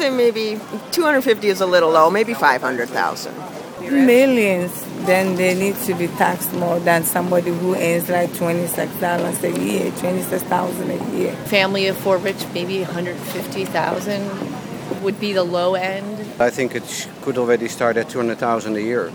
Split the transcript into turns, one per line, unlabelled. say maybe 250 is a little low, maybe 500,000.
Millions, then they need to be taxed more than somebody who earns like $26 a year, 26000 a year.
Family of four rich, maybe 150,000 would be the low end.
I think it sh- could already start at 200,000 a year.